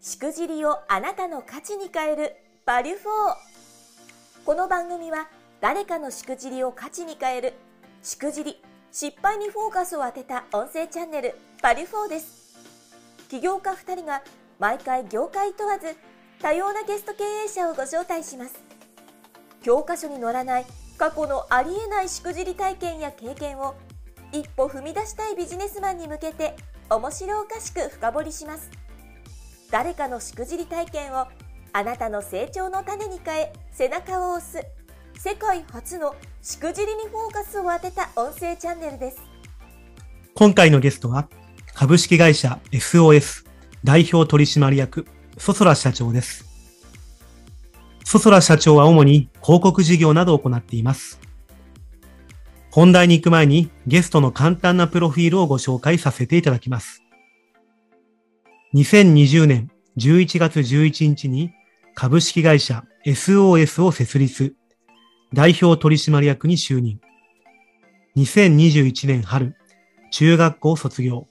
しくじりをあなたの価値に変えるバリュフォーこの番組は誰かのしくじりを価値に変えるしくじり失敗にフォーカスを当てた音声チャンネルバリュフォーです起業家2人が毎回業界問わず多様なゲスト経営者をご招待します教科書に載らない過去のありえないしくじり体験や経験を一歩踏み出したいビジネスマンに向けて面白おかしく深掘りします誰かのしくじり体験をあなたの成長の種に変え背中を押す世界初のしくじりにフォーカスを当てた音声チャンネルです今回のゲストは、株式会社 SOS 代表取締役、ソソラ社長です。ソソラ社長は主に広告事業などを行っています。本題に行く前にゲストの簡単なプロフィールをご紹介させていただきます。2020年11月11日に株式会社 SOS を設立、代表取締役に就任。2021年春、中学校卒業。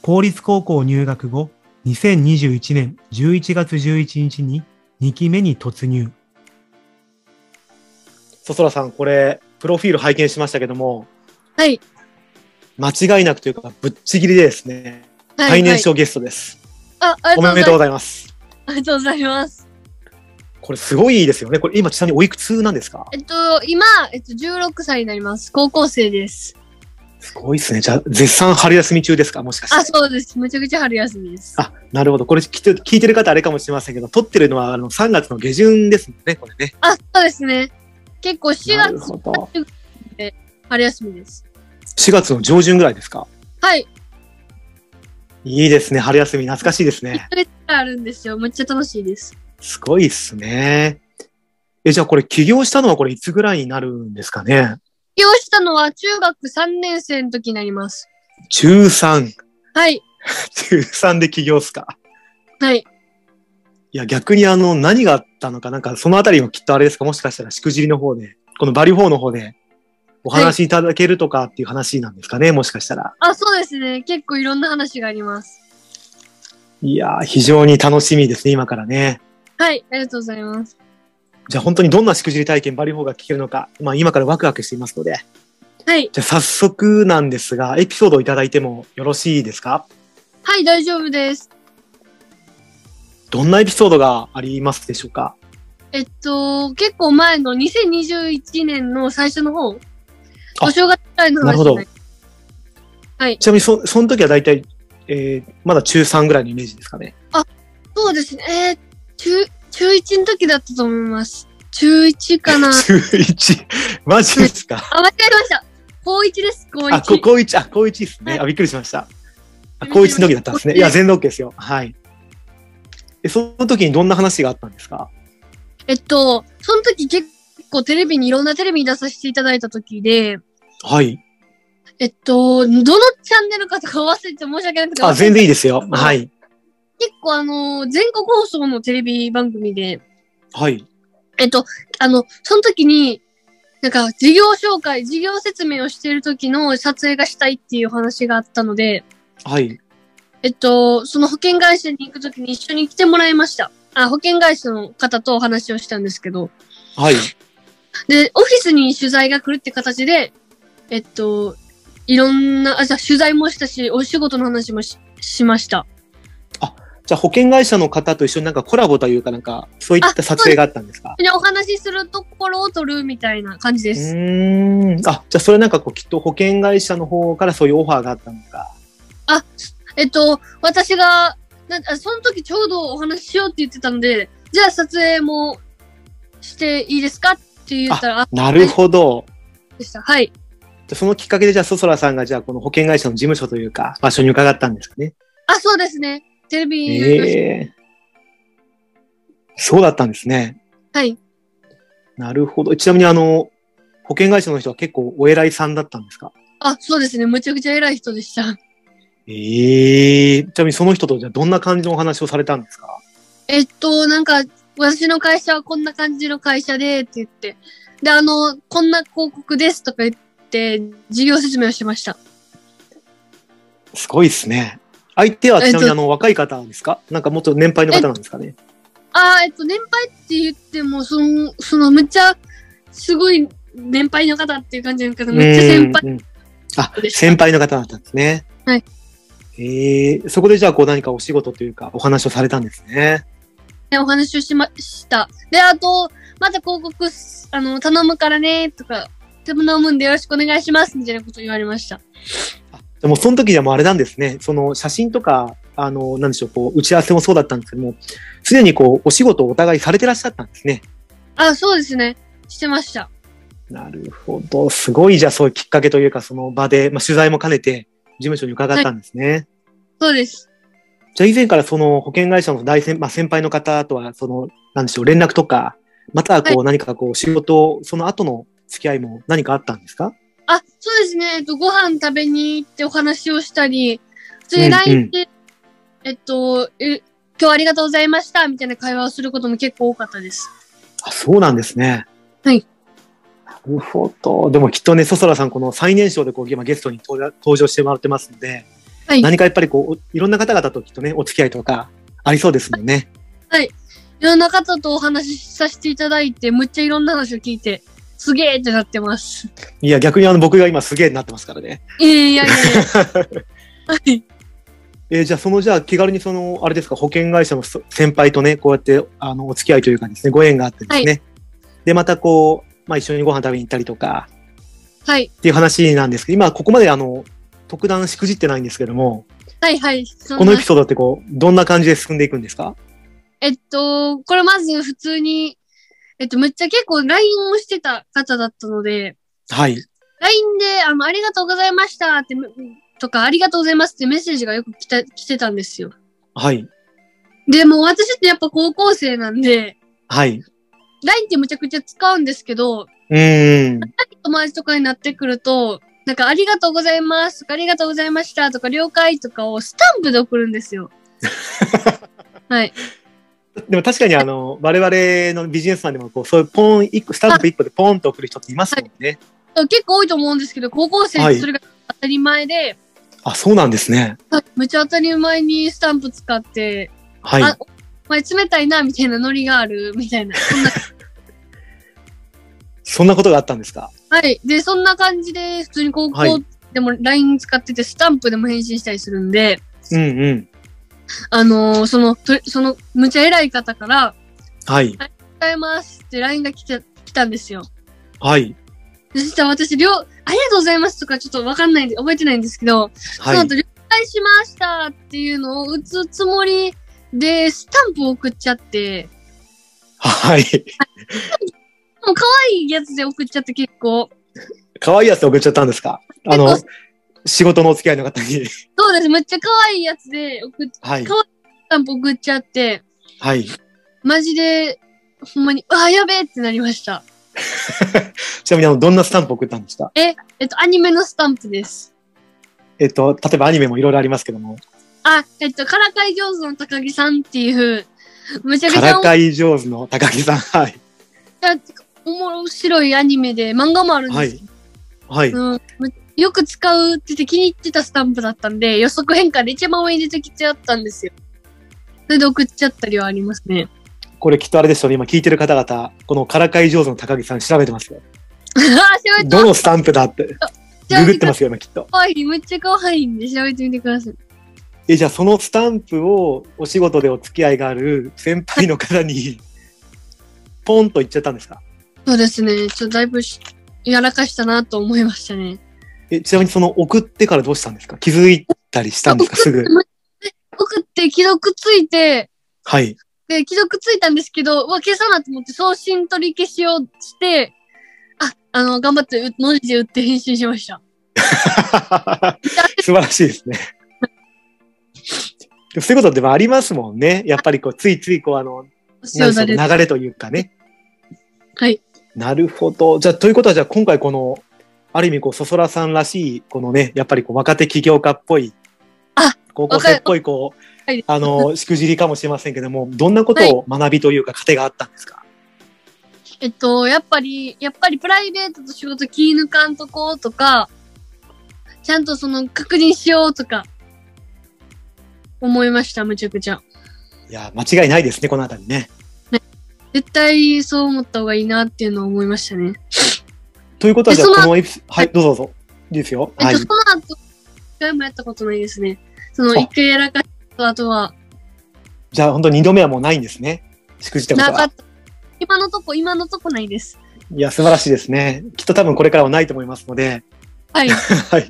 公立高校入学後、2021年11月11日に2期目に突入。そそらさん、これ、プロフィール拝見しましたけども、はい。間違いなくというか、ぶっちぎりでですね、はい最年少ゲストです。はい、あ、ありおめでがとうとうごございます。ざいます。ありがとうございます。これ、すごいですよね。これ、今、ちなみにおいくつなんですかえっと、今、えっと、16歳になります。高校生です。すごいですね。じゃあ、絶賛春休み中ですかもしかして。あ、そうです。めちゃくちゃ春休みです。あ、なるほど。これきっと聞いてる方あれかもしれませんけど、撮ってるのはあの3月の下旬ですもんね、これね。あ、そうですね。結構4なる月ほど。春休みです。 4月の上旬ぐらいですかはい。いいですね。春休み懐かしいです1ね。ヶ月くらいあるんですよ。めっちゃ楽しいです。すごいっすね。え、じゃあこれ起業したのはこれいつぐらいになるんですかね起業したのは中学3年生の時になります。中3。はい。中3で起業っすか。はい。いや、逆にあの、何があったのか、なんかそのあたりもきっとあれですか、もしかしたらしくじりの方で、このバリュー4の方でお話いただけるとかっていう話なんですかね、もしかしたら。あ、そうですね。結構いろんな話があります。いやー、非常に楽しみですね、今からね。はい。ありがとうございます。じゃあ本当にどんなしくじり体験、バリフォーが聞けるのか、まあ今からワクワクしていますので。はい。じゃあ早速なんですが、エピソードをいただいてもよろしいですかはい、大丈夫です。どんなエピソードがありますでしょうかえっと、結構前の2021年の最初の方、あお正月くらいのなる話ほじどゃないはい。ちなみにそ、その時は大体、えー、まだ中3ぐらいのイメージですかね。。そうですね。えー中、中1の時だったと思います。中1かな 中 1? マジですかあ、間違えました。高1です、高1。あ、こ高1、あ、高1ですね。はいあ、びっくりしました。あ高1の時だったんですね。いや、全然 OK ですよ。はい。え、その時にどんな話があったんですかえっと、その時結構テレビにいろんなテレビに出させていただいた時で、はい。えっと、どのチャンネルかとか忘れて申し訳なくて。あ、全然いいですよ。はい。結構あの、全国放送のテレビ番組で、はい。えっと、あの、その時に、なんか、事業紹介、事業説明をしている時の撮影がしたいっていうお話があったので、はい。えっと、その保険会社に行く時に一緒に来てもらいました。あ、保険会社の方とお話をしたんですけど、はい。で、オフィスに取材が来るって形で、えっと、いろんな、あ、じゃあ取材もしたし、お仕事の話もししました。じゃあ保険会社の方と一緒になんかコラボというかなんかそういった撮影があったんですかで、お話しするところを撮るみたいな感じうです。ーんあじゃあそれなんかこうきっと保険会社の方からそういうオファーがあったのかあ、すえっと、私が、なあその時ちょうどお話ししようって言ってたので、じゃあ撮影もしていいですかって言ったら、あ、なるほどでした。はい。じゃあそのきっかけでじゃあそそらさんがじゃあこの保険会社の事務所というか場所に伺ったんですかねあ、そうですね。テレビになりましええそうだったんですねた。はい。なるほどちなみにあの保険会社の人は結構お偉いさんだったんですかあ、そうですね。むちゃくちゃ偉い人でした。 ええちなみにその人とじゃあどんな感じのお話をされたんですかえっと、なんか、私の会社はこんな感じの会社で、って言って。で、あの、こんな広告ですとか言って、事業説明をしました。すごいですね相手はちなみえっにとあの、若い方ですかなんかもっと年配の方なんですかね。ああ、えっと、年配って言っても、その、その、めっちゃ、すごい年配の方っていう感じなんですけど、めっちゃ先輩うんうんあ、でした先輩の方だったんですね。はい。えー、そこでじゃあこう何かお仕事というかお話をされたんですね。でお話をしました。で、あと、また広告す、あの、頼むからね、とか、頼むんでよろしくお願いします、みたいなこと言われました。でもその時にはもうあれなんですね。その写真とか、あの、なんでしょう、こう、打ち合わせもそうだったんですけども、すでにこう、お仕事をお互いされてらっしゃったんですね。あ、そうですね。してました。なるほど。すごい、じゃあそういうきっかけというか、その場で、まあ、取材も兼ねて、事務所に伺ったんですね。そうです。じゃあ以前からその保険会社の大先,、まあ、先輩の方とは、その、なんでしょう、連絡とか、またはこう、何かこう、仕事、その後の付き合いも何かあったんですかあ、そうですね。えっと、ご飯食べに行ってお話をしたり、普通うんうにん LINE で、えっと、え今日はありがとうございました、みたいな会話をすることも結構多かったです。あ、そうなんですね。はい。なるほど。でもきっとね、そそらさん、この最年少でこう今ゲストに登場登場してもらってますので、はい何かやっぱりこう、おいろんな方々ときっとね、お付き合いとかありそうですもんね。いろんな方とお話しさせていただいて、むっちゃいろんな話を聞いて、すげーってなってます。 いや、逆にあの僕が今すげえなってますからね。いや いやいやいや。はい。えーじゃあそのじゃあ気軽にその、あれですか、保険会社のそ先輩とね、こうやってあのお付き合いというかですね、ご縁があってですね。で、またこう、まあ一緒にご飯食べに行ったりとかはい。っていう話なんですけど、今ここまであの、特段しくじってないんですけども、はいはい。そんこなのエピソードってこう、どんな感じで進んでいくんですかえっと、これまず普通に、えっと、むっちゃ結構 LINE をしてた方だったので、はい。 LINE で、あの、ありがとうございましたって、むとか、ありがとうございますってメッセージがよく来た、来てたんですよ。はい。で、もう私ってやっぱ高校生なんで、はい。 LINE ってむちゃくちゃ使うんですけど、うーん。友達とかになってくると、なんか、ありがとうございますとか、ありがとうございましたとか、了解とかをスタンプで送るんで すよ。はい。でも確かにあの、我々のビジネスマンでもこう、そういうポン一個、スタンプ一個でポンと送る人っていますもんね。結構多いと思うんですけど、高校生ってそれが当たり前で、あ、そうなんですね。むちゃ当たり前にスタンプ使って、はい。あお前冷たいな、みたいなノリがある、みたいな。そ んなそんなことがあったんですかはい。で、そんな感じで、普通に高は校いでも LINE 使ってて、スタンプでも返信したりするんで、うんうん。あのーその、とその、むちゃ偉い方から、はい。使いますって LINE が来て、来たんですよ。はい。でそしたら私、りょう、ありがとうございますとかちょっとわかんないんで、覚えてないんですけど、はそいの。後、了解しましたっていうのを打つつもりで、スタンプを送っちゃって、はい。もう可愛いやつで送っちゃって結構、可愛いやつで送っちゃったんですかあのえっ、仕事のお付き合いの方に。 そうです。めっちゃ可愛いやつで送っ、スはいか。タンプ送っちゃって、はい。マジで、ほんまに、うわ、やべえってなりました。ちなみにあの、どんなスタンプ送ったんですかえっと、アニメのスタンプです。えっと、例えばアニメもいろいろありますけども、あ、えっと、からかい上手の高木さんっていう、めちゃくかちゃらかい上手の高木さん。はい。面白いアニメで、漫画もあるんですけはいど、。うんよく使うって言って気に入ってたスタンプだったんで、予測変換で一番上に出てきちゃったんですよ。それで送っちゃったりはありますね。これきっとあれでしょうね。今聞いてる方々、このからかい上手の高木さん調べてますよ。あー、調べてどのスタンプだって。じゃあググってますよ、今きっと。可愛い。めっちゃ可愛いんで、調べてみてください。え、じゃあそのスタンプをお仕事でお付き合いがある先輩の方に、ポンと言っちゃったんですかそうですね。ちょっとだいぶしやらかしたなと思いましたね。え、ちなみにその送ってからどうしたんですか気づいたりしたんですかす ぐ。送って既読ついて、はい。で、既読ついたんですけど、うわ、消さなと思って送信取り消しをして、あ、あの、頑張ってう文字で打って返信しました。素晴らしいですね。でもそういうことでもありますもんね。やっぱりこう、ついついこう、あの、なん塩でしょだうれ。流れというかね。はい。なるほど。じゃあ、ということは、じゃあ今回この、ある意味こう、そそらさんらしい、このね、やっぱりこう、若手起業家っぽい、あ高校生っぽい、こう、はいあの、しくじりかもしれませんけども、どんなことを学びというか、糧があったんですかえっと、やっぱり、やっぱりプライベートと仕事気抜かんとことか、ちゃんとその確認しようとか、思いました、めちゃくちゃ。いや、間違いないですね、このあたりね。絶対そう思った方がいいなっていうのを思いましたね。ということは、えじゃあ、そのこのエピソはい、どうぞどうぞ。いいですよ。えっはいと、。その後、一回もやったことないですね。その、あ一回やらかした後は、じゃあ、本当二度目はもうないんですね。しくじってことなかは。った。今のとこ、今のとこないです。いや、素晴らしいですね。きっと多分これからはないと思いますので。 はい。はい。い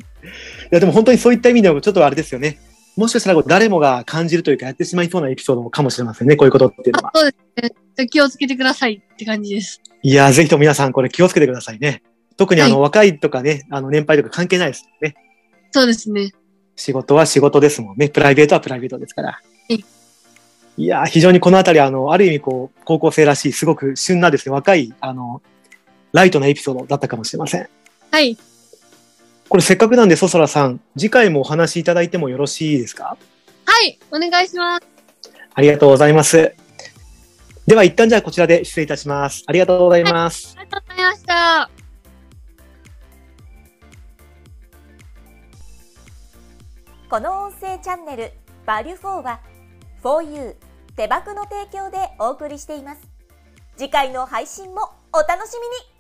や、でも本当にそういった意味でも、ちょっとあれですよね。もしかしたら誰もが感じるというか、やってしまいそうなエピソードかもしれませんね、こういうことっていうのあは。そうですね。じゃあ気をつけてくださいって感じです。いや、ぜひとも皆さん、これ気をつけてくださいね。特にあの、は若いとかね、あの、年配とか関係ないですもんね。そうですね。仕事は仕事ですもんね。プライベートはプライベートですから。いいやー、非常にこのあたり、あの、ある意味、こう、高校生らしい、すごく旬なですね、若い、あの、ライトなエピソードだったかもしれません。はい。これせっかくなんで、そそらさん、次回もお話しいただいてもよろしいですかはい。お願いします。ありがとうございます。では、一旦じゃあこちらで失礼いたします。ありがとうございます。ありがとうございました。この音声チャンネル「バリュフォーは「4U 手箱の提供でお送りしています次回の配信もお楽しみに